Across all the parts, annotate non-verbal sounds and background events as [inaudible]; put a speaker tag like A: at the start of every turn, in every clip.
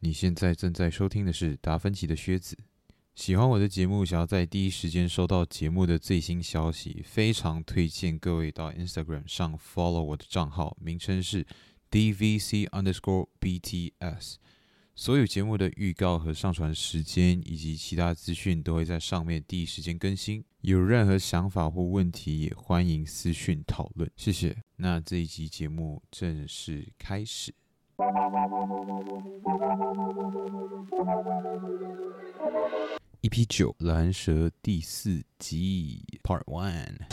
A: 你现在正在收听的是达芬奇的靴子。喜欢我的节目，想要在第一时间收到节目的最新消息，非常推荐各位到 Instagram 上 follow 我的账号，名称是 DVC underscore BTS。所有节目的预告和上传时间以及其他资讯都会在上面第一时间更新。有任何想法或问题，也欢迎私讯讨论。谢谢。那这一集节目正式开始。EP 九《蓝蛇》第四集 Part One。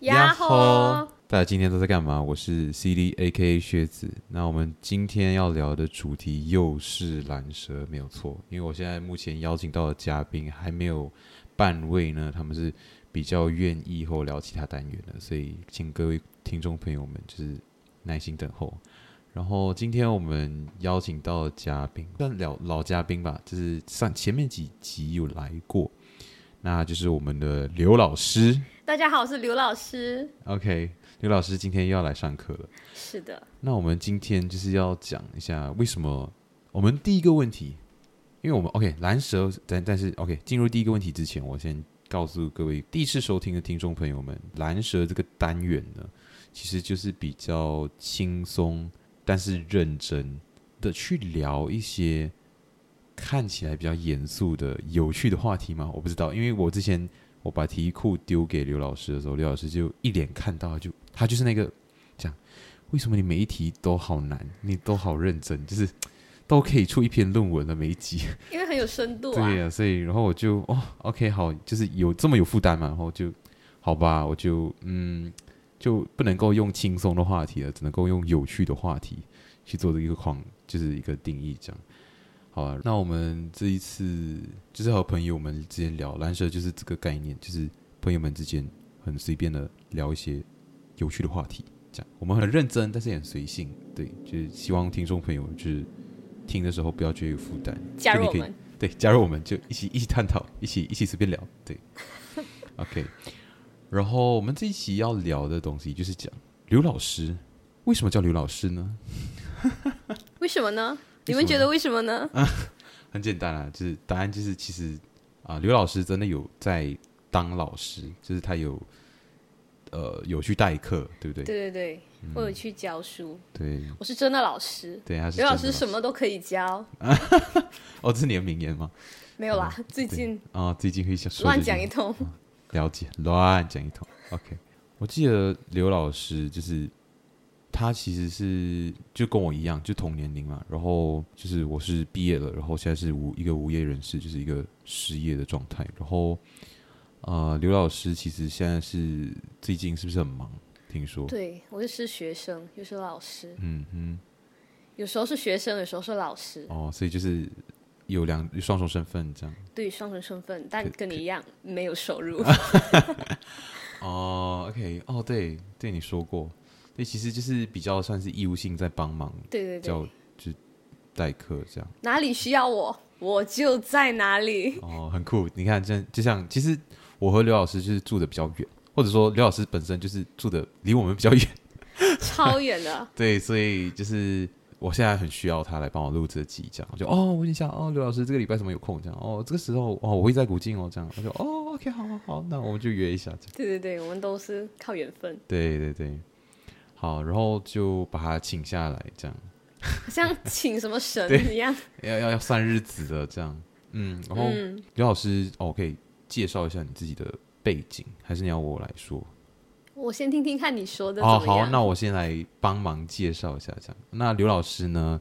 B: 呀吼！
A: 大家今天都在干嘛？我是 CD A.K.A 靴子。那我们今天要聊的主题又是蓝蛇，没有错。因为我现在目前邀请到的嘉宾还没有半位呢，他们是比较愿意后聊其他单元的，所以请各位听众朋友们就是耐心等候。然后今天我们邀请到的嘉宾算老老嘉宾吧，就是上前面几集有来过，那就是我们的刘老师。
B: 大家好，我是刘老师。
A: OK，刘老师今天又要来上课了。
B: 是的，
A: 那我们今天就是要讲一下为什么我们第一个问题，因为我们 OK 蓝蛇，但但是 OK 进入第一个问题之前，我先告诉各位第一次收听的听众朋友们，蓝蛇这个单元呢，其实就是比较轻松但是认真的去聊一些看起来比较严肃的有趣的话题吗？我不知道，因为我之前我把题库丢给刘老师的时候，刘老师就一脸看到就他就是那个讲，为什么你每一题都好难，你都好认真，就是都可以出一篇论文了，每一集。
B: 因为很有深度啊
A: 对。呀、所以然后我就哦，OK，好，就是有这么有负担嘛，然后就好吧，我就嗯，就不能够用轻松的话题了，只能够用有趣的话题去做的一个框，就是一个定义这样。好啊，那我们这一次就是和朋友们之间聊蓝蛇，就是这个概念，就是朋友们之间很随便的聊一些有趣的话题，这样我们很认真，但是也很随性，对，就是希望听众朋友就是听的时候不要觉得有负担，
B: 加入
A: 就
B: 我
A: 你可以
B: 们，
A: 对，加入我们就一起一起探讨，一起一起随便聊，
B: [laughs]
A: 对，OK。然后我们这一期要聊的东西就是讲刘老师，为什么叫刘老师呢？
B: 为什
A: 为什么
B: 么呢？
A: 呢啊
B: 你们觉得为什么呢？
A: 很简单啊，就是答案就是其实啊、刘老师真的有在当老师，就是他有呃有去代课，对不对？
B: 对对对，我有去教书，
A: 对
B: 我是真的老师。
A: 对，他是
B: 刘老
A: 真的
B: 师什么都可以教，
A: 哦，这是你的名言吗？
B: 没有啦，最近
A: 啊、最近会想说
B: 乱
A: 这句
B: 讲
A: 话
B: 一通。
A: 了解，乱讲一通。OK，我记得刘老师就是他其实是就跟我一样，就同年龄嘛。然后就是我是毕业了，然后现在是无一个无业人士，就是一个失业的状态。然后呃，刘老师其实现在是最近是不是很忙？听说，
B: 对我又是学生，又是老师，
A: 嗯哼，
B: 有时候是学生，有时候是老师，
A: 哦，所以就是有两双重身份这样。
B: 对双重身份，但跟你一样没有收入。
A: 啊哦，OK，哦，对，对你说过，对，其实就是比较算是义务性在帮忙
B: 对对
A: 叫
B: 对，
A: 就代课这样。
B: 哪里需要我，我就在哪里。
A: 哦，很酷！你看，这就像其实我和刘老师就是住的比较远，或者说刘老师本身就是住的离我们比较远，
B: 超远的，
A: 对，所以就是我现在很需要他来帮我录这集，这样我就哦问一下哦刘老师这个礼拜什么有空这样哦这个时候哦我会在古晋哦这样我就哦 OK 好好好，那我们就约一下这样。
B: 对对对，我们都是靠缘分，
A: 对对对，好，然后就把他请下来这样。
B: 好像请什么神
A: 对
B: 一样。
A: 要要要算日子的这样。嗯，然后
B: 嗯
A: 刘老师，哦，可以介绍一下你自己的背景，还是你要我来说？
B: 我先听听看你说的怎
A: 哦，
B: 么
A: 好，
B: 样。
A: 那我先来帮忙介绍一下这样。那刘老师呢，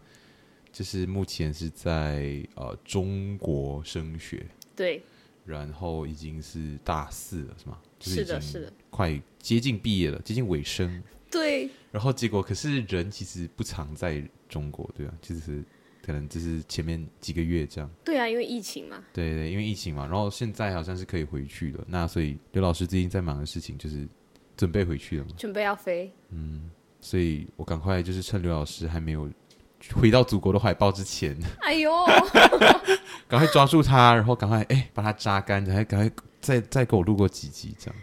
A: 就是目前是在呃中国升学，
B: 对，
A: 然后已经是大四了，是吗？就是已
B: 的，
A: 经
B: 是的，
A: 快接近毕业了，接近尾声。
B: 对，
A: 然后结果可是人其实不常在中国，对吧、啊就是可能就是前面几个月这样。
B: 对啊，因为疫情嘛，
A: 对对，因为疫情嘛，然后现在好像是可以回去了。那所以刘老师最近在忙的事情就是准备回去了嘛，
B: 准备要飞，
A: 所以我赶快就是趁刘老师还没有回到祖国的怀抱之前， [laughs]
B: 哎呦，
A: 赶快抓住他，然后赶快哎把他榨干，然后赶快再再给我录过几集这样。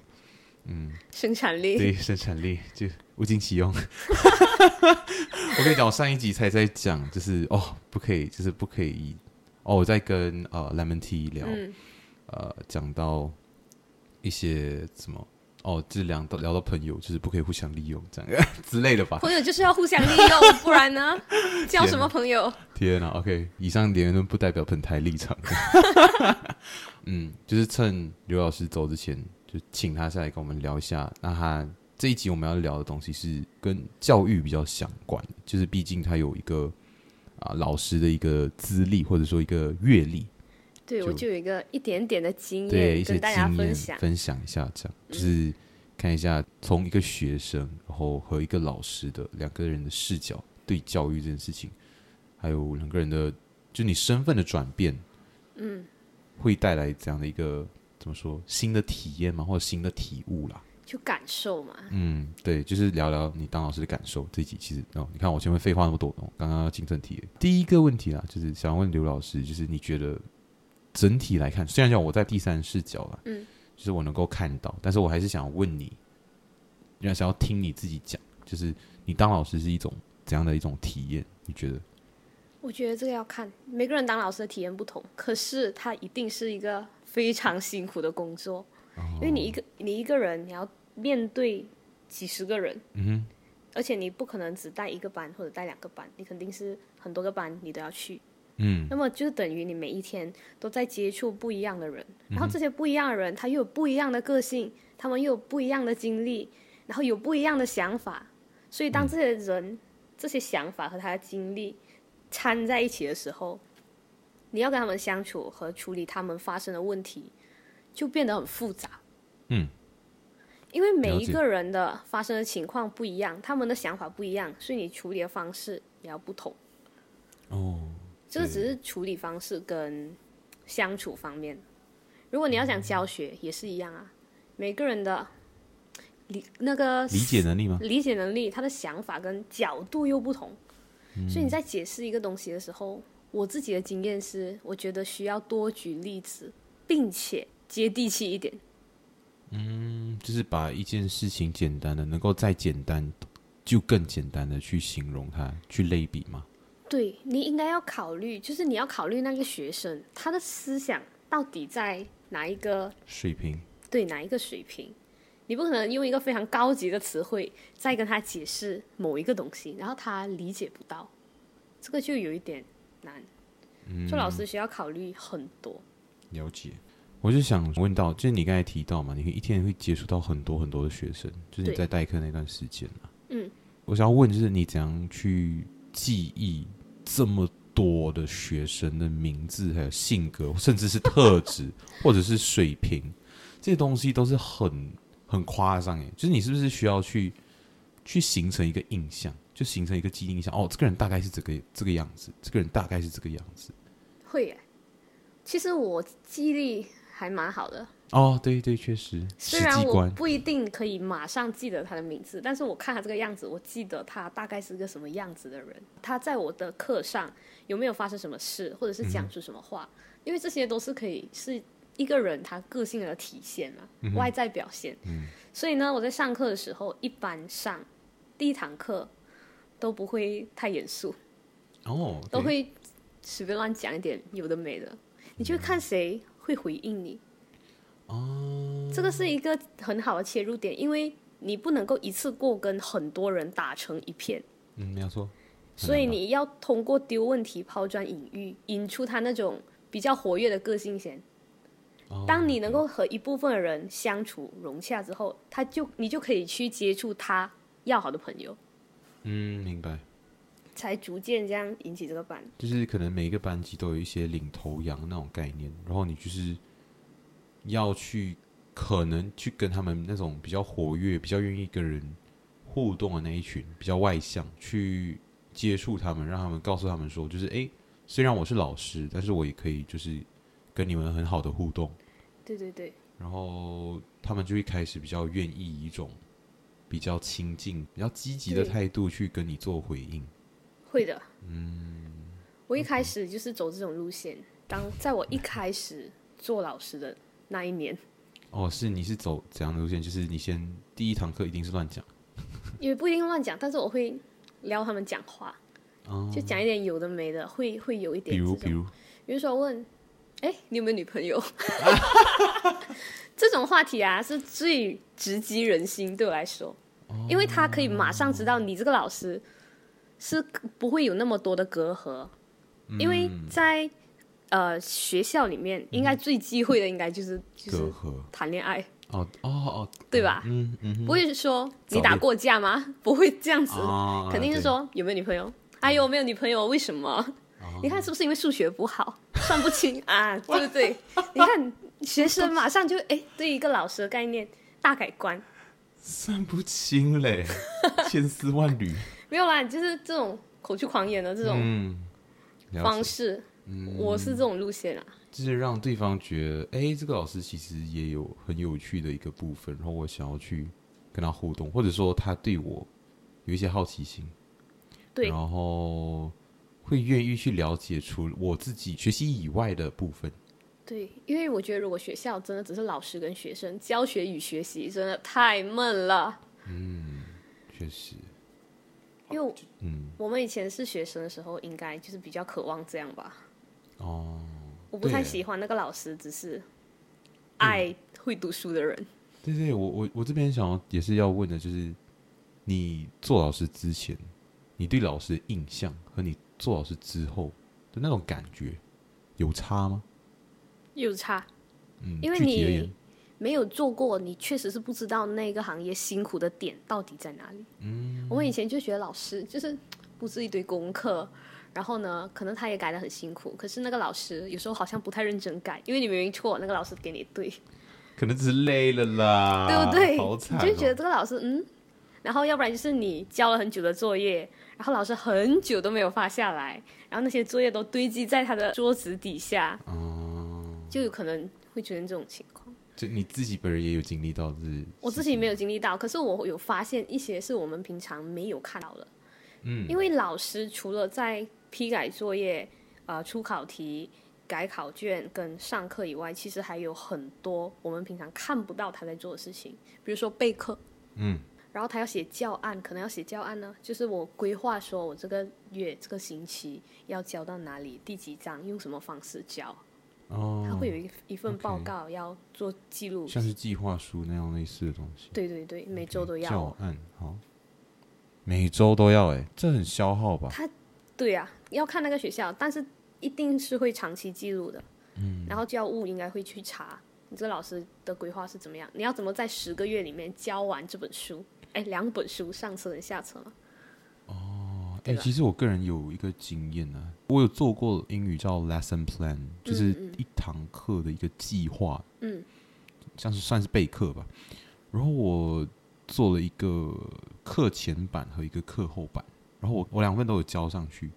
A: 嗯，
B: 生产力。
A: 对，生产力就物尽其用。 [laughs] 我跟你讲，我上一集才在讲，就是哦，不可以，就是不可以。哦，我在跟呃 Lemon T 聊，
B: 嗯，
A: 呃，讲到一些什么哦，就是聊到聊到朋友，就是不可以互相利用这样 [laughs] 之类的吧。
B: 朋友就是要互相利用，
A: [laughs]
B: 不然呢，交什么朋友？
A: 天啊，OK，以上言论不代表本台立场。 [laughs] 嗯，就是趁刘老师走之前，就请他下来跟我们聊一下。那他这一集我们要聊的东西是跟教育比较相关的，就是毕竟他有一个啊、老师的一个资历或者说一个阅历，
B: 对，
A: 就
B: 我就有一个一点点的经
A: 对
B: 验
A: 一些
B: 跟大家
A: 经验
B: 分享。嗯
A: 一下，这样就是看一下从一个学生，然后和一个老师的两个人的视角对教育这件事情，还有两个人的就你身份的转变，
B: 嗯，
A: 会带来这样的一个怎么说新的体验嘛，或者新的体悟啦。
B: 就感受嘛。
A: 嗯，对，就是聊聊你当老师的感受。这一集其实哦，你看我前面废话那么多，哦、刚刚要进正题了。第一个问题啦，就是想问刘老师，就是你觉得整体来看，虽然讲我在第三视角啦，
B: 嗯，
A: 就是我能够看到，但是我还是想问你，要想要听你自己讲，就是你当老师是一种怎样的一种体验？你觉得？
B: 我觉得这个要看每个人当老师的体验不同，可是他一定是一个非常辛苦的工作，
A: 哦
B: 因为你一个你一个人，你要面对几十个人，
A: 嗯哼，
B: 而且你不可能只带一个班或者带两个班，你肯定是很多个班你都要去。
A: 嗯
B: 那么就等于你每一天都在接触不一样的人，
A: 嗯
B: 然后这些不一样的人，他又有不一样的个性，他们又有不一样的经历，然后有不一样的想法。所以当这些
A: 嗯
B: 人、这些想法和他的经历掺在一起的时候，你要跟他们相处和处理他们发生的问题，就变得很复杂。
A: 嗯，
B: 因为每
A: 了
B: 一
A: 解
B: 个人的发生的情况不一样，他们的想法不一样，所以你处理的方式也要不同。
A: 哦，
B: 这个只是处理方式跟相处方面。如果你要讲教学，也是一样啊。每个人的理那个
A: 理解能力吗？
B: 理解能力，他的想法跟角度又不同，所以你在解释一个东西的时候，我自己的经验是，我觉得需要多举例子，并且接地气一点。
A: 嗯，就是把一件事情简单的，能够再简单，就更简单的去形容它，去类比嘛。
B: 对你应该要考虑，就是你要考虑那个学生他的思想到底在哪一个
A: 水平，
B: 对哪一个水平，你不可能用一个非常高级的词汇再跟他解释某一个东西，然后他理解不到，这个就有一点难。做老师需要考虑很多，
A: 了解。我就想问到，就是你刚才提到嘛，你一天会接触到很多很多的学生，就是你
B: 对
A: 在代课那段时间嘛。
B: 嗯，
A: 我想要问，就是你怎样去记忆这么多的学生的名字，还有性格，甚至是特
B: [laughs]
A: 质，或者是水平，这些东西都是很很夸张耶。就是你是不是需要去去形成一个印象，就形成一个记忆印象？哦，这个人大概是这个这个样子，这个人大概是这个样子。
B: 会耶。其实我记忆力还蛮好的，
A: 哦，对对，确实，
B: 虽
A: 实
B: 然
A: 际
B: 我
A: 观
B: 不一定可以马上记得他的名字，但是我看他这个样子，我记得他大概是个什么样子的人。他在我的课上有没有发生什么事，或者是讲出什么话？因为这些都是可以是一个人他个性的体现嘛，外在表现。所以呢，我在上课的时候，一般上第一堂课都不会太严肃，
A: 哦，
B: 都
A: 对
B: 会随便乱讲一点有的没的，
A: 嗯
B: 你就看谁会回应你。
A: 哦，
B: 这个是一个很好的切入点，因为你不能够一次过跟很多人打成一片，
A: 嗯，没有错，
B: 所以你要通过丢问题、抛砖引玉，引出他那种比较活跃的个性先。
A: 哦
B: 当你能够和一部分的人相处融洽之后，他就你就可以去接触他要好的朋友，
A: 嗯，明白，
B: 才逐渐这样引起这个班。
A: 就是可能每一个班级都有一些领头羊那种概念，然后你就是要去可能去跟他们那种比较活跃、比较愿意跟人互动的那一群，比较外向，去接触他们，让他们告诉他们说，就是诶，虽然我是老师，但是我也可以就是跟你们很好的互动。
B: 对对对，
A: 然后他们就会开始比较愿意以一种比较亲近、比较积极的
B: 对
A: 态度去跟你做回应。
B: 会的。嗯，我一开始就是走这种路线。当在我一开始做老师的那一年，
A: 哦，是你是走怎样的路线？就是你先第一堂课一定是乱讲，
B: 也不一定乱讲，但是我会撩他们讲话，
A: 哦
B: 就讲一点有的没的，会会有一点
A: 比如
B: 这种
A: 比如
B: 比如说问，哎，你有没有女朋友？
A: [laughs]
B: 这种话题啊，是最直击人心，对我来说，因为他可以马上知道你这个老师是不会有那么多的隔阂，因为在呃学校里面，应该最忌讳的应该就是
A: 嗯
B: 就
A: 隔
B: 是
A: 阂，
B: 谈恋爱，
A: 哦哦哦，
B: 对吧？
A: 嗯嗯
B: 不会说
A: 早
B: 你打
A: 恋
B: 过架吗？不会这样子，
A: 啊，
B: 肯定是
A: 对嗯哦
B: 说有没有女朋友？哎呦，我没有女朋友，为什么？你看是不是因为数学不好， [laughs] 算不清
A: [laughs]
B: 啊，对不对？你看学生马上就哎，对一个老师的概念大改观。
A: 算不清嘞，千丝万
B: [laughs]
A: 缕。
B: 没有啦，就是这种口出狂言的这种
A: 嗯，了
B: 方
A: 解嗯
B: 式，我是这种路线啊。
A: 就是让对方觉得，哎、这个老师其实也有很有趣的一个部分，然后我想要去跟他互动，或者说他对我有一些好奇心，
B: 对
A: 然后会愿意去了解除我自己学习以外的部分。
B: 对，因为我觉得如果学校真的只是老师跟学生教学与学习，真的太闷了。
A: 确实，
B: 因为我
A: 嗯，
B: 我们以前是学生的时候，应该就是比较渴望这样吧。
A: 哦，
B: 我不太
A: 对
B: 喜欢那个老师，只是爱会读书的人。
A: 对对，我我我这边想要也是要问的，就是你做老师之前，你对老师的印象和你做老师之后的那种感觉有差吗？
B: 有差，
A: 嗯，
B: 因为
A: 具体而言
B: 你没有做过，你确实是不知道那个行业辛苦的点到底在哪里。嗯，我们以前就觉得老师就是布置一堆功课，然后呢，可能他也改得很辛苦，可是那个老师有时候好像不太认真改，因为你明明错，那个老师给你对，
A: 可能只是累了啦，
B: [laughs] 对不对？
A: 好惨、哦，
B: 你就觉得这个老师嗯，然后要不然就是你交了很久的作业，然后老师很久都没有发下来，然后那些作业都堆积在他的桌子底下，
A: 哦，
B: 就有可能会出现这种情况。
A: 就你自己本人也有经历到是，
B: 我自己没有经历到，可是我有发现一些是我们平常没有看到的。嗯，因为老师除了在批改作业、呃出考题、改考卷跟上课以外，其实还有很多我们平常看不到他在做的事情，比如说备课。
A: 嗯，
B: 然后他要写教案，可能要写教案呢，就是我规划说我这个月、这个星期要交到哪里，第几章，用什么方式交，
A: 哦，
B: 他会有一一份
A: OK
B: 报告要做记录。
A: 像是计划书那样类似的东西，
B: 对对对，每周都要。
A: 教案好，每周都要哎、这很消耗吧？
B: 对啊，要看那个学校，但是一定是会长期记录的。嗯，然后教务应该会去查你这个老师的规划是怎么样，你要怎么在十个月里面教完这本书？哎，两本书，上册跟下册嘛。
A: 哎、
B: 对吧啊
A: 其实我个人有一个经验呢、啊，我有做过英语叫 lesson plan，就是一堂课的一个计划，
B: 嗯，
A: 像是算是备课吧。然后我做了一个课前版和一个课后版，然后我我两份都有交上去，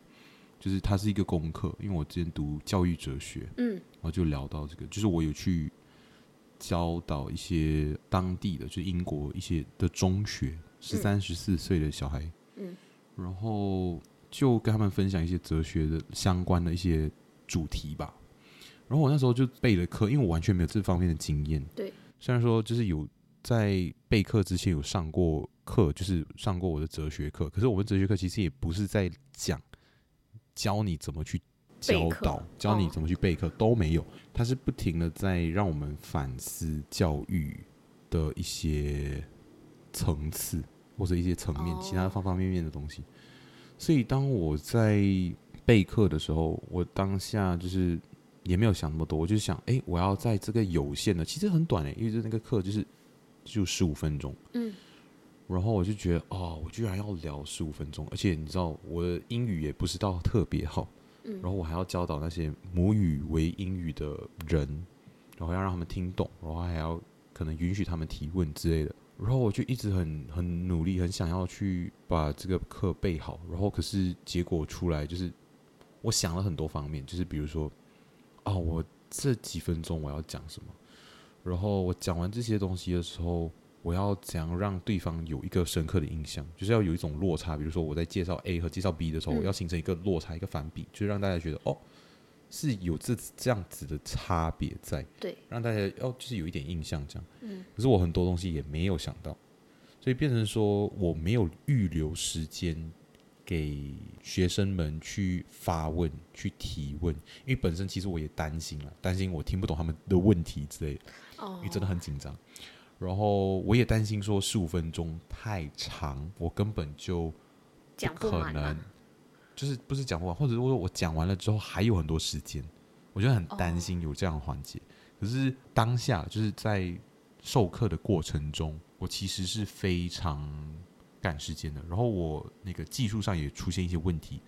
A: 就是它是一个功课，因为我之前读教育哲学，
B: 嗯，
A: 然后就聊到这个，就是我有去教导一些当地的，就是英国一些的中学十三、十四岁的小孩，
B: 嗯，
A: 然后就跟他们分享一些哲学的相关的一些主题吧。然后我那时候就备了课，因为我完全没有这方面的经验。
B: 对，
A: 虽然说就是有在备课之前有上过课，就是上过我的哲学课，可是我们哲学课其实也不是在讲教你怎么去教
B: 备课
A: 导，教你
B: 哦
A: 怎么去备课、都没有，它是不停的在让我们反思教育的一些层次或者一些层面、
B: 哦
A: 其他方方面面的东西。所以当我在备课的时候，我当下就是也没有想那么多，我就想，诶，我要在这个有限的，其实很短诶，因为就那个课就是就十五分钟，
B: 嗯，
A: 然后我就觉得，哦，我居然要聊十五分钟，而且你知道我的英语也不是到特别好，
B: 嗯
A: 然后我还要教导那些母语为英语的人，然后要让他们听懂，然后还要可能允许他们提问之类的。然后我就一直很很努力，很想要去把这个课备好。然后可是结果出来就是，我想了很多方面，就是比如说，啊，我这几分钟我要讲什么，然后我讲完这些东西的时候，我要怎样让对方有一个深刻的印象，就是要有一种落差。比如说我在介绍 A 和介绍 B 的时候，
B: 嗯
A: 我要形成一个落差，一个反比，就是让大家觉得哦，是有这这样子的差别在，
B: 对，
A: 让大家哦就是有一点印象这样。嗯，可是我很多东西也没有想到，所以变成说我没有预留时间给学生们去发问、去提问，因为本身其实我也担心了，担心我听不懂他们的问题之类的。
B: 哦
A: 因为，真的很紧张。然后我也担心说十五分钟太长，我根本就不
B: 讲不啊
A: 可
B: 满
A: 能
B: 嘛，，
A: 就是不是讲不完，或者说我讲完了之后还有很多时间，我觉得很担心有这样的环节。可是当下就是在授课的过程中，我其实是非常赶时间的。然后我那个技术上也出现一些问题，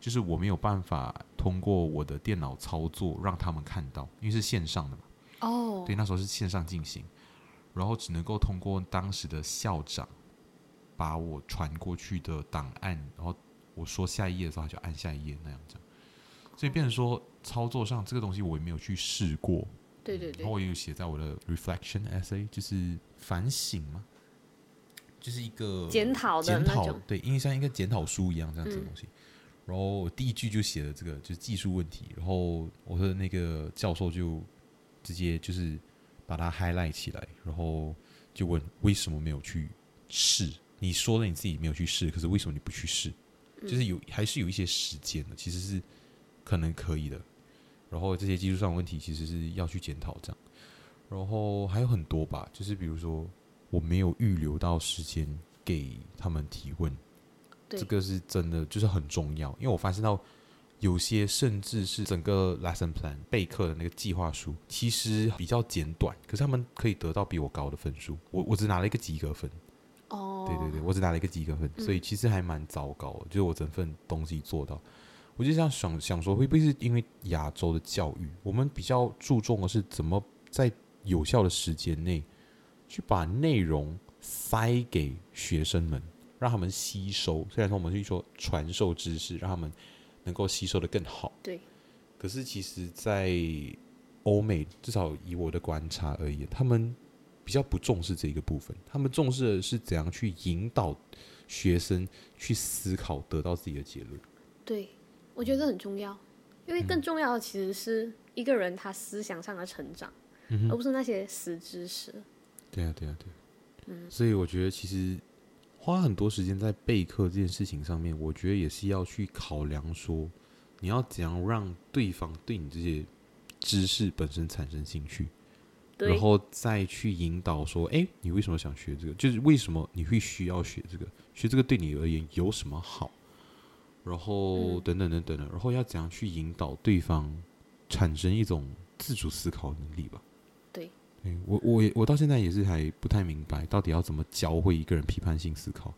A: 就是我没有办法通过我的电脑操作让他们看到，因为是线上的嘛。
B: 哦，
A: 对，那时候是线上进行，然后只能够通过当时的校长把我传过去的档案，然后我说下一页的时候，他就按下一页那样这样，所以变成说操作上这个东西我也没有去试过，
B: 对对对
A: 然后，我也有写在我的 reflection essay，就是反省嘛，就是一个
B: 检讨的
A: 检
B: 那
A: 讨
B: 种，
A: 对，因为像一个检讨书一样这样子的
B: 嗯
A: 东西。然后我第一句就写了这个就是技术问题，然后我的那个教授就直接就是把它 highlight 起来，然后就问为什么没有去试？你说了你自己没有去试，可是为什么你不去试？就是有还是有一些时间的，其实是可能可以的。然后这些技术上的问题其实是要去检讨这样，然后还有很多吧，就是比如说我没有预留到时间给他们提问，
B: 对
A: 这个是真的，就是很重要。因为我发现到有些甚至是整个 lesson plan 备课的那个计划书，其实比较简短，可是他们可以得到比我高的分数。我我只拿了一个及格分，
B: 哦，嗯
A: 对对对，我只拿了一个及格分，所以其实还蛮糟糕的，就是我整份东西做到。我就这样想想说，会不会是因为亚洲的教育，我们比较注重的是怎么在有效的时间内去把内容塞给学生们，让他们吸收。虽然说我们是说传授知识，让他们能够吸收的更好。
B: 对。
A: 可是其实，在欧美，至少以我的观察而言，他们比较不重视这一个部分，他们重视的是怎样去引导学生去思考，得到自己的结论。
B: 对，我觉得这很重要，因为更重要的其实是一个人他思想上的成长，
A: 嗯
B: 而不是那些死知识。
A: 对啊，对啊，对啊。所以我觉得其实花很多时间在备课这件事情上面，我觉得也是要去考量说，你要怎样让对方对你这些知识本身产生兴趣，然
B: 对，
A: 后再去引导说，哎，你为什么想学这个？就是为什么你会需要学这个？学这个对你而言有什么好？然后
B: 嗯
A: 等等等等的，然后要怎样去引导对方产生一种自主思考能力吧？
B: 对，
A: 对我我也我到现在也是还不太明白，到底要怎么教会一个人批判性思考？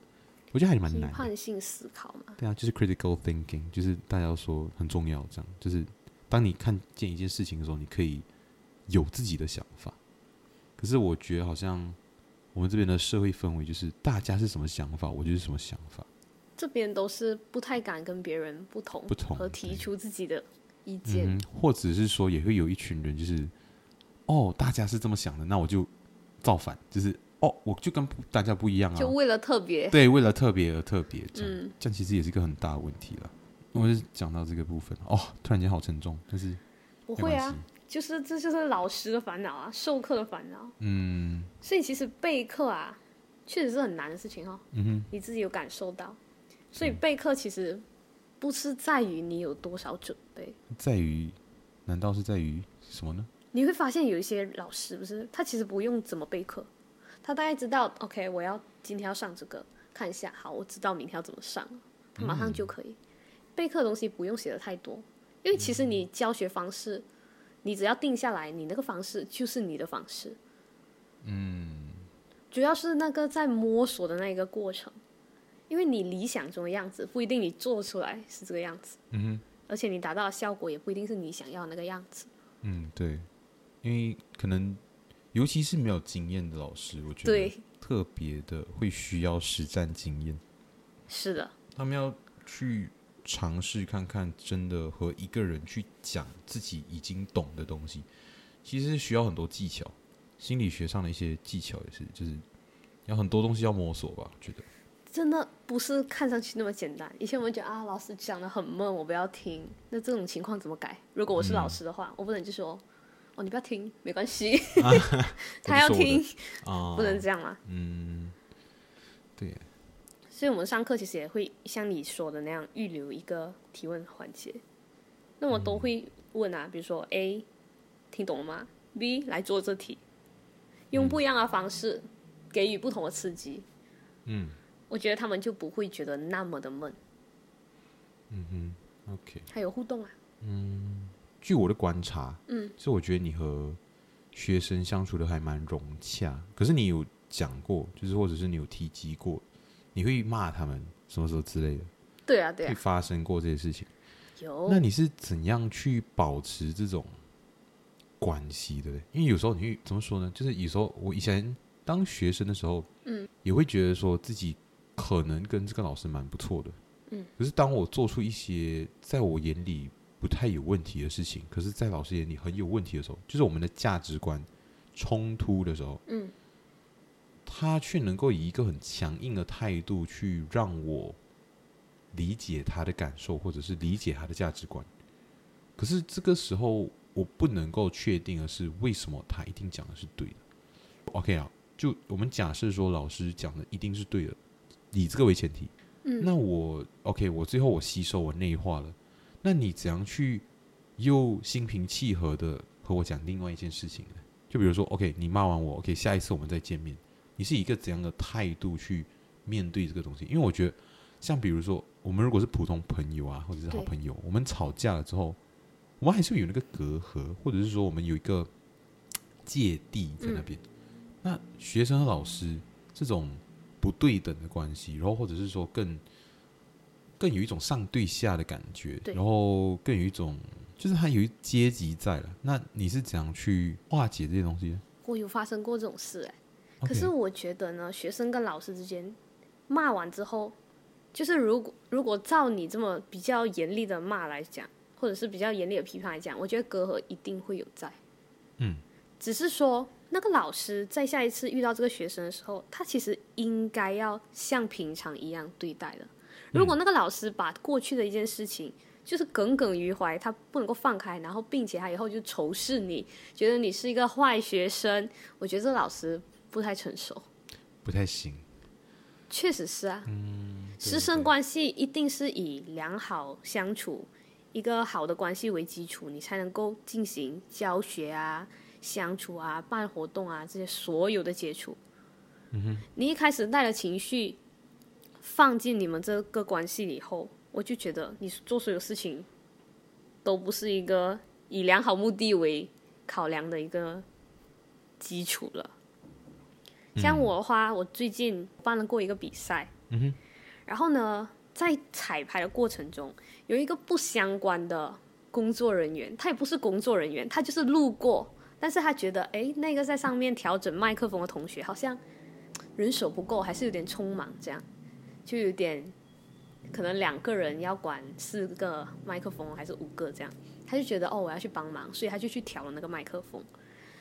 A: 我觉得还蛮
B: 批
A: 难的。
B: 判性思考嘛，
A: 对啊，就是 critical thinking，就是大家说很重要，这样就是当你看见一件事情的时候，你可以有自己的想法。可是我觉得好像我们这边的社会氛围就是大家是什么想法，我就是什么想法。
B: 这边都是不太敢跟别人不同，
A: 不同
B: 和
A: 对
B: 提出自己的意见。
A: 嗯哼，或者是说也会有一群人就是，哦，大家是这么想的，那我就造反，就是哦，我就跟大家不一样啊，
B: 就为了特别，
A: 对，为了特别而特别，这样、
B: 嗯，
A: 这样其实也是一个很大的问题了。我是讲到这个部分哦，突然间好沉重，但是
B: 不
A: 不
B: 会啊，就是这就是老师的烦恼啊，授课的烦恼。
A: 嗯
B: 所以其实备课啊，确实是很难的事情哦，
A: 嗯哼，
B: 你自己有感受到。所以备课其实不是在于你有多少准备，
A: 在于，难道是在于什么呢？
B: 你会发现有一些老师不是，他其实不用怎么备课，他大概知道，OK，我要今天要上这个，看一下，好，我知道明天要怎么上了，他马上就可以。备课的东西不用写的太多，因为其实你教学方式，你只要定下来，你那个方式就是你的方式。嗯，主要是那个在摸索的那一个过程，因为你理想中的样子不一定你做出来是这个样子，
A: 嗯
B: 而且你达到的效果也不一定是你想要的那个样子。
A: 哼，嗯，对，因为可能，尤其是没有经验的老师，我觉
B: 对
A: 得，特别的会需要实战经验，
B: 是的。
A: 他们要去尝试看看，真的和一个人去讲自己已经懂的东西，其实是需要很多技巧，心理学上的一些技巧也是，就是有很多东西要摸索吧，我觉得。
B: 真的不是看上去那么简单。以前我们觉得啊，老师讲的很闷，我不要听。那这种情况怎么改？如果我是老师的话，我不能就说哦，你不要听，没
A: [laughs]
B: 关系， [laughs] 他要
A: 我就说我的
B: 听，
A: 啊
B: 不，能这样嘛。
A: 嗯，对耶，
B: 所以我们上课其实也会像你说的那样预留一个提问环节。那我都会问啊，比如说 A，听懂了吗？B 来做这题，
A: 嗯
B: 用不一样的方式给予不同的刺激。嗯，我觉得他们就不会觉得那么的闷，
A: 嗯哼，OK。
B: 还有互动啊。
A: 据我的观察，嗯，是我觉得你和学生相处的还蛮融洽。可是你有讲过，就是或者是你有提及过，你会骂他们什么时候之类的，
B: 对啊，对
A: 会
B: 啊，
A: 发生过这些事情。
B: 有
A: 那你是怎样去保持这种关系的嘞？因为有时候你会怎么说呢？就是有时候我以前当学生的时候，嗯，也会觉得说自己可能跟这个老师蛮不错的，嗯。可是当我做出一些在我眼里不太有问题的事情，可是在老师眼里很有问题的时候，就是我们的价值观冲突的时候，
B: 嗯，
A: 他却能够以一个很强硬的态度去让我理解他的感受，或者是理解他的价值观。可是这个时候，我不能够确定的是，为什么他一定讲的是对的。OK 啊，就我们假设说老师讲的一定是对的，以这个为前提。
B: 嗯
A: 那我 OK，我最后我吸收我内化了。那你怎样去又心平气和的和我讲另外一件事情呢？就比如说，OK，你骂完我，OK，下一次我们再见面，你是以一个怎样的态度去面对这个东西？因为我觉得，像比如说，我们如果是普通朋友啊，或者是好
B: 对
A: 朋友，我们吵架了之后，我们还是会有那个隔阂，或者是说我们有一个芥蒂在
B: 嗯
A: 那边。那学生和老师这种不对等的关系，然后或者是说更更有一种上对下的感觉，
B: 对
A: 然后更有一种就是它有一阶级在了。那你是怎样去化解这些东西呢？
B: 我有发生过这种事哎、可
A: OK
B: 是我觉得呢，学生跟老师之间骂完之后，就是如果如果照你这么比较严厉的骂来讲，或者是比较严厉的批判来讲，我觉得隔阂一定会有在。
A: 嗯，
B: 只是说那个老师在下一次遇到这个学生的时候，他其实应该要像平常一样对待的。如果那个老师把过去的一件事情就是耿耿于怀，他不能够放开，然后并且他以后就仇视你，觉得你是一个坏学生，我觉得这老师不太成熟。
A: 不太行，
B: 确实是啊，师
A: 对
B: 生关系一定是以良好相处、一个好的关系为基础，你才能够进行教学啊、相处啊、办活动啊这些所有的接触。嗯哼，你一开始带了情绪放进你们这个关系以后，我就觉得你做所有事情都不是一个以良好目的为考量的一个基础了。像我的话，我最近办了过一个比赛，然后呢，在彩排的过程中，有一个不相关的工作人员，他也不是工作人员，他就是路过，但是他觉得，哎，那个在上面调整麦克风的同学好像人手不够，还是有点匆忙，这样就有点可能两个人要管四个麦克风还是五个这样，他就觉得哦，我要去帮忙，所以他就去调了那个麦克风，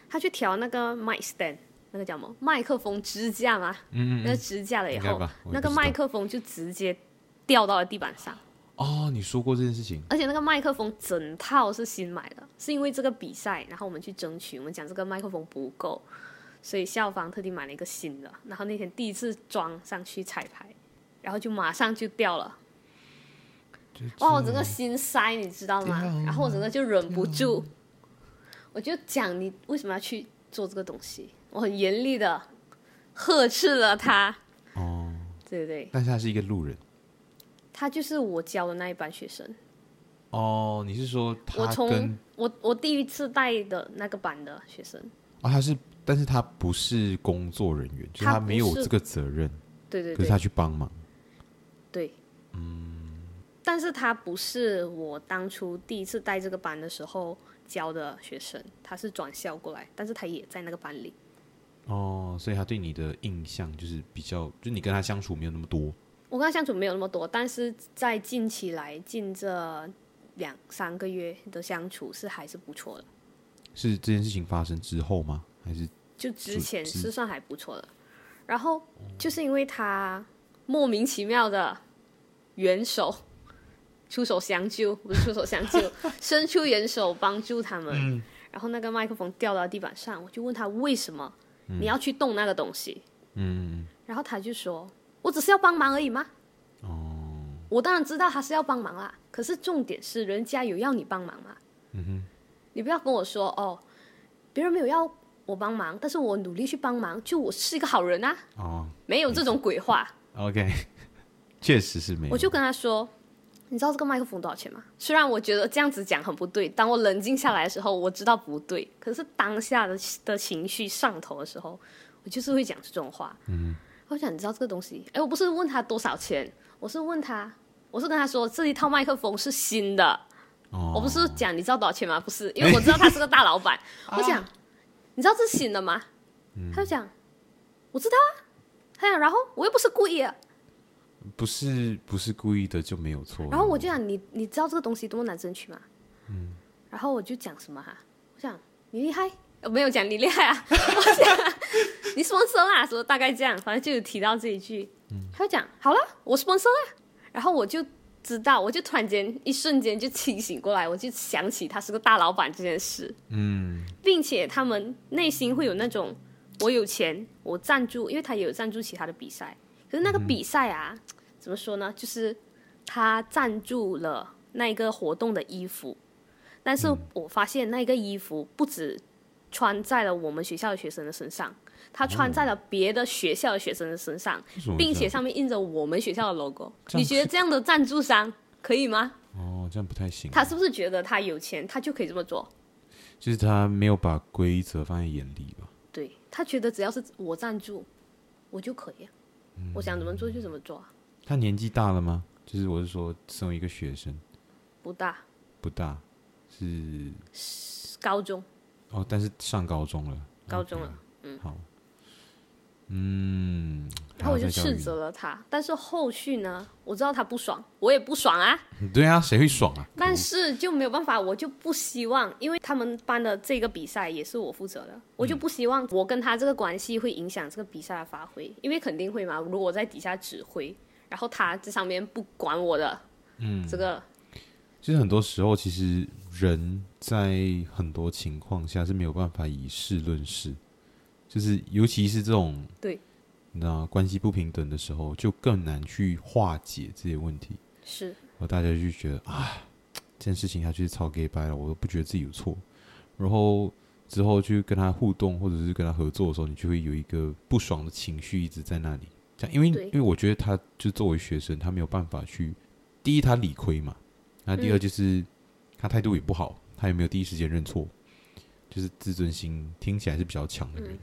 B: 他去调那个麦 stand。那个叫什么麦克风支架吗？嗯那个支架了以
A: 应该
B: 后
A: 吧我也，
B: 那个
A: 不知道
B: 麦克风就直接掉到了地板上。
A: 哦，你说过这件事情，
B: 而且那个麦克风整套是新买的，是因为这个比赛，然后我们去争取，我们讲这个麦克风不够，所以校方特地买了一个新的。然后那天第一次装上去彩排，然后就马上就掉了。哇，我整个心塞，你知道吗
A: 掉了？
B: 然后我整个就忍不住，我就讲你为什么要去做这个东西？我很严厉的呵斥了他，
A: 哦，
B: 对不对？
A: 但是他是一个路人。
B: 他就是我教的那一班学生。
A: 哦，你是说他
B: 我
A: 跟
B: 从我我第一次带的那个班的学生，
A: 啊、他是，但是他不是工作人员，就是
B: 他
A: 他
B: 不
A: 没有
B: 是
A: 这个责任，
B: 对对
A: 可是
B: 对
A: 他去帮忙。
B: 对，嗯，但是他不是我当初第一次带这个班的时候教的学生，他是转校过来，但是他也在那个班里，
A: 哦，所以他对你的印象就是比较，就是你跟他相处没有那么多。
B: 我跟他相处没有那么多，但是在近期来近这两三个月的相处是还是不错的，
A: 是这件事情发生之后吗？还是
B: 就之
A: 是
B: 前是算还不错的。然后就是因为他莫名其妙的援手，出手相救，不是出手相救，
A: [laughs]
B: 伸出援手帮助他们。
A: 嗯
B: 然后那个麦克风掉到地板上，我就问他为什么你要去动那个东西？
A: 嗯，
B: 然后他就说：“我只是要帮忙而已嘛。”哦，我当然知道他是要帮忙啦，可是重点是人家有要你帮忙嘛。嗯你不要跟我说哦，别人没有要我帮忙，但是我努力去帮忙，就我是一个好人啊，
A: 哦
B: 没有这种鬼话。
A: ，OK，确 [laughs] 实是没有
B: 我。就跟他说：“你知道这个麦克风多少钱吗？”虽然我觉得这样子讲很不对，当我冷静下来的时候，我知道不对。可是当下的的情绪上头的时候，我就是会讲这种话。嗯，我想你知道这个东西？哎，我不是问他多少钱，我是问他，我是跟他说这一套麦克风是新的。
A: 哦
B: 我不是讲你知道多少钱吗？不是，因为我知道他是个大老 [laughs] 板。我讲，你知道这是新的吗？他就讲，我知道啊。他讲，然后我又不是故意的。
A: 不是不是故意的就没有错。
B: 然后我就想，你你知道这个东西多么难争取吗？嗯。然后我就讲什么哈、我想你厉害，呃没有讲你厉害 [laughs] 啊，我讲你 sponsor 啦，什么大概这样，反正就有提到这一句。嗯。他就讲好了，我 sponsor 啦。然后我就知道，我就突然间一瞬间就清醒过来，我就想起他是个大老板这件事，
A: 嗯
B: 并且他们内心会有那种我有钱，我赞助，因为他也有赞助其他的比赛。可是那个比赛啊，怎么说呢？就是他赞助了那一个活动的衣服，但是我发现那个衣服不止穿在了我们学校的学生的身上，他穿在了别的学校的学生的身上，
A: 为什么
B: 并且
A: 这样
B: 上面印着我们学校的 logo。
A: 这样
B: 你觉得这样的赞助商可以吗？
A: 哦这样不太行，
B: 他是不是觉得他有钱，他就可以这么做？
A: 就是他没有把规则放在眼里吧？
B: 对他觉得只要是我赞助，我就可以、啊，
A: 嗯
B: 我想怎么做就怎么做啊、
A: 他年纪大了吗？就是我是说，身为一个学生
B: 不大，
A: 不大，是
B: 高中
A: 哦，但是上高中了， [laughs]
B: 高中了。
A: 好，嗯，
B: 然后我就
A: 还要再教育
B: 斥责了他，但是后续呢，我知道他不爽，我也不爽啊，
A: 对啊，谁会爽啊？
B: 但是就没有办法，我就不希望，因为他们班的这个比赛也是我负责的，我
A: 嗯
B: 就不希望我跟他这个关系会影响这个比赛的发挥，因为肯定会嘛，如果我在底下指挥，然后他这上面不管我的，嗯，这个
A: 其实很多时候，其实人在很多情况下是没有办法以事论事，就是尤其是这种
B: 对，
A: 那关系不平等的时候，就更难去化解这些问题。
B: 是
A: 然后大家就觉得啊，这件事情他就是超 gay 掰了，我都不觉得自己有错。然后之后去跟他互动或者是跟他合作的时候，你就会有一个不爽的情绪一直在那里。这样，因为
B: 对
A: 因为我觉得他就作为学生，他没有办法去，第一他理亏嘛，那第二就是、他态度也不好，他也没有第一时间认错，就是自尊心听起来是比较强的人。
B: 嗯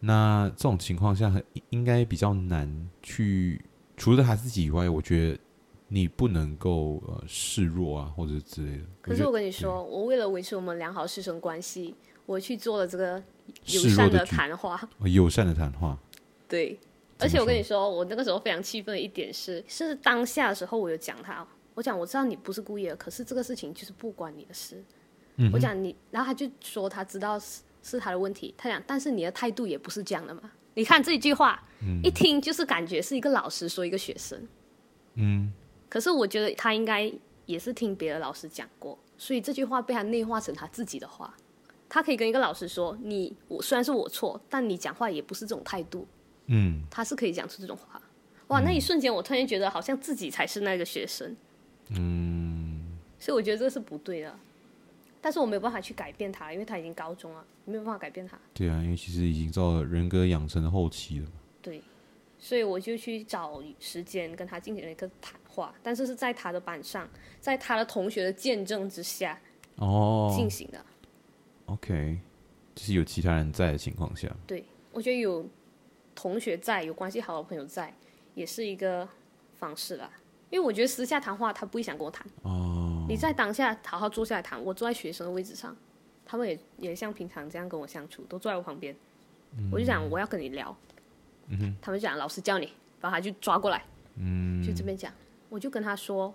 A: 那这种情况下，很应该比较难去，除了他自己以外，我觉得你不能够呃示弱啊，或者之类的。
B: 可是
A: 我
B: 我跟你说，我为了维持我们良好师生关系，我去做了这个友
A: 示弱
B: 善
A: 的
B: 的
A: 举
B: 谈话。
A: 觉得友善的谈话，
B: 对，
A: 怎么
B: 而且我跟
A: 说
B: 你说，我那个时候非常气愤的一点是，是当下的时候我有讲他，我讲我知道你不是故意的，可是这个事情就是不关你的事。
A: 嗯哼
B: 我讲你，然后他就说他知道是是他的问题，他讲但是你的态度也不是这样的嘛。你看这一句话，一听就是感觉是一个老师说一个学生。
A: 嗯，
B: 可是我觉得他应该也是听别的老师讲过，所以这句话被他内化成他自己的话。他可以跟一个老师说：“你我虽然是我错，但你讲话也不是这种态度。”
A: 嗯，
B: 他是可以讲出这种话。哇，那一瞬间我突然觉得好像自己才是那个学生。嗯，所以我觉得这是不对的，但是我没有办法去改变他，因为他已经高中了，没有办法改变他。
A: 对啊，因为其实已经到人格养成的后期了嘛。
B: 对，所以我就去找时间跟他进行了一个谈话，但是是在他的班上，在他的同学的见证之下
A: 哦
B: 进行的。
A: ，OK，就是有其他人在的情况下，
B: 对，我觉得有同学在，有关系好的朋友在，也是一个方式啦。因为我觉得私下谈话，他不会想跟我谈。哦。你在当下好好坐下来谈，我坐在学生的位置上，他们也也像平常这样跟我相处，都坐在我旁边。我就讲我要跟你聊。嗯他们就讲老师叫你，然后他就抓过来。嗯。就这边讲，我就跟他说，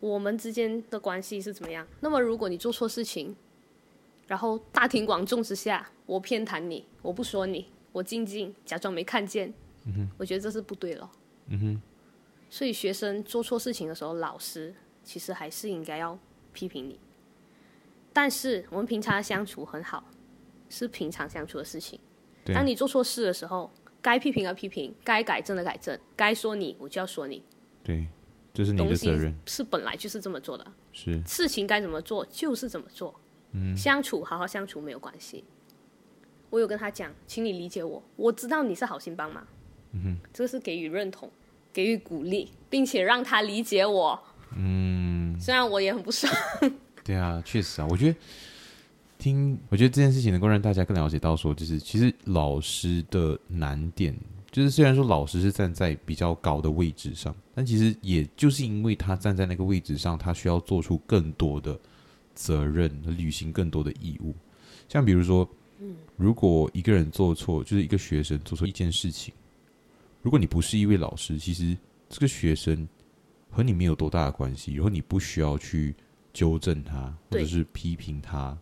B: 我们之间的关系是怎么样？那么如果你做错事情，然后大庭广众之下，我嗯偏袒你，我不说你，我静静假装没看见，我觉得这是不对了。嗯哼。所以学生做错事情的时候，老师其实还是应该要批评你。但是我们平常的相处很好，是平常相处的事情。
A: 对啊
B: 当你做错事的时候，该批评的批评，该改正的改正，该说你我就要说你。
A: 对，这是你
B: 东
A: 的责
B: 西
A: 任，
B: 是本来就是这么做的，
A: 是
B: 事情该怎么做就是怎么做。嗯，相处好好相处没有关系。我有跟他讲，请你理解我，我知道你是好心帮忙。嗯哼，这个是给予认同，给予鼓励，并且让他理解我。嗯，虽然我也很不 [laughs] 爽。
A: 对啊，确实啊，我觉得听，我觉得这件事情能够让大家更了解到说，就是其实老师的难点，就是虽然说老师是站在比较高的位置上，但其实也就是因为他站在那个位置上，他需要做出更多的责任，履行更多的义务。像比如说，如果一个人做错，就是一个学生做错一件事情，如果你不是一位老师，其实这个学生和你没有多大的关系，然后你不需要去。纠正他，或
B: 对
A: 者是批评他，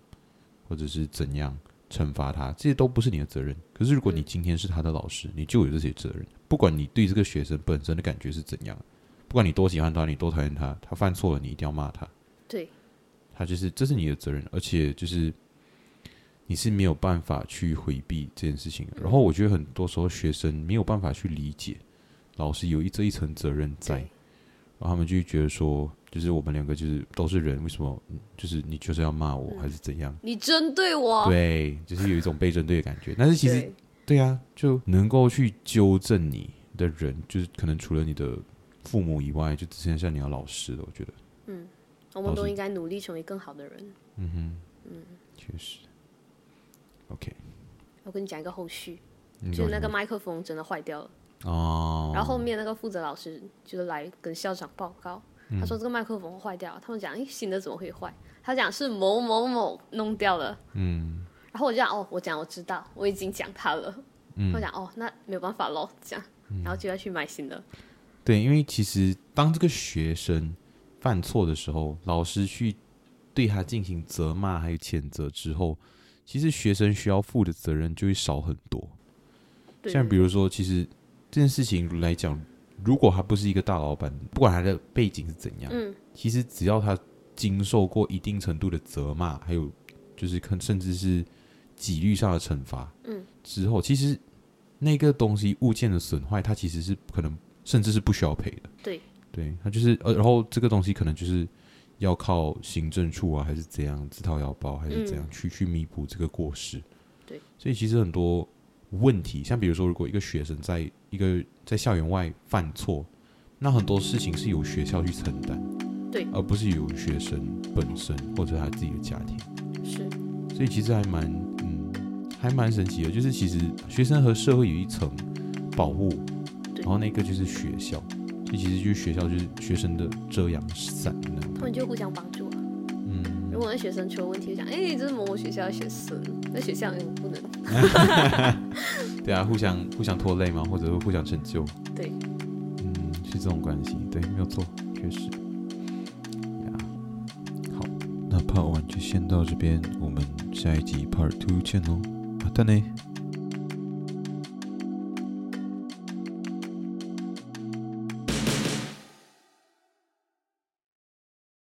A: 或者是怎样惩罚他，这些都不是你的责任。可是如
B: 嗯
A: 果你今天是他的老师，你就有这些责任。不管你对这个学生本身的感觉是怎样，不管你多喜欢他，你多讨厌他，他犯错了，你一定要骂他。
B: 对，
A: 他就是这是你的责任，而且就是你是没有办法去回避这件事情
B: 嗯
A: 的。然后我觉得很多时候学生没有办法去理解，老师有一这一层责任在，
B: 对
A: 然后他们就会觉得说，就是我们两个就是都是人，为什么嗯就是你就是要骂我、
B: 嗯
A: 还是怎样？
B: 你针对我，
A: 对，就是有一种被针对的感觉。但是其实
B: 哦对
A: 对啊，就能够去纠正你的人，就是可能除了你的父母以外，就只剩下你的老师了。我觉得
B: 我们
A: 老
B: 都
A: 师
B: 应该努力成为更好的人。
A: 确实。OK，
B: 我跟你讲一个后续，
A: 你
B: 就是
A: 告诉
B: 那个
A: 我
B: 麦克风真的坏掉了，
A: 哦，
B: 然后后面那个负责老师就是来跟校长报告，他说这个麦克风坏掉了，他们讲，诶，新的怎么会坏？他讲是某某某弄掉了，嗯，然后我就讲，哦，我讲我知道，我已经讲他了，嗯，我嗯讲哦，那没有办法咯，这样，然后就要去买新的，
A: 对，因为其实当这个学生犯错的时候，老师去对他进行责骂还有谴责之后，其实学生需要负的责任就会少很多。
B: 对，
A: 像比如说，其实这件事情来讲，如果他不是一个大老板，不管他的背景是怎样，
B: 嗯，
A: 其实只要他经受过一定程度的责骂，还有就是可甚至是纪律上的惩罚，
B: 嗯，
A: 之后其实那个东西物件的损坏，它其实是可能甚至是不需要赔的。
B: 对，
A: 对，它就是呃，然后这个东西可能就是要靠行政处啊，还是怎样自掏腰包，还是怎样、去去弥补这个过失。
B: 对，
A: 所以其实很多问题，像比如说，如果一个学生在一个在校园外犯错，那很多事情是由学校去承担。
B: 对
A: 而不是由学生本身或者他自己的家庭，
B: 是，
A: 所以其实还蛮嗯，还蛮神奇的。就是其实学生和社会有一层保护，
B: 对
A: 然后那个就是学校，所以其实就是学校就是学生的遮阳伞那种
B: 他们就互相帮助啊。嗯，如果那学生出了问题，就讲，诶，这是某某学校的学生，那学校又不能，
A: 对啊，互相互相拖累嘛，或者是互相成就。
B: 对，
A: 嗯，是这种关系，对，没有错，确实。呀，好，那 Part One 就先到这边，我们下一集 Part Two 啊见喽，马蛋呢。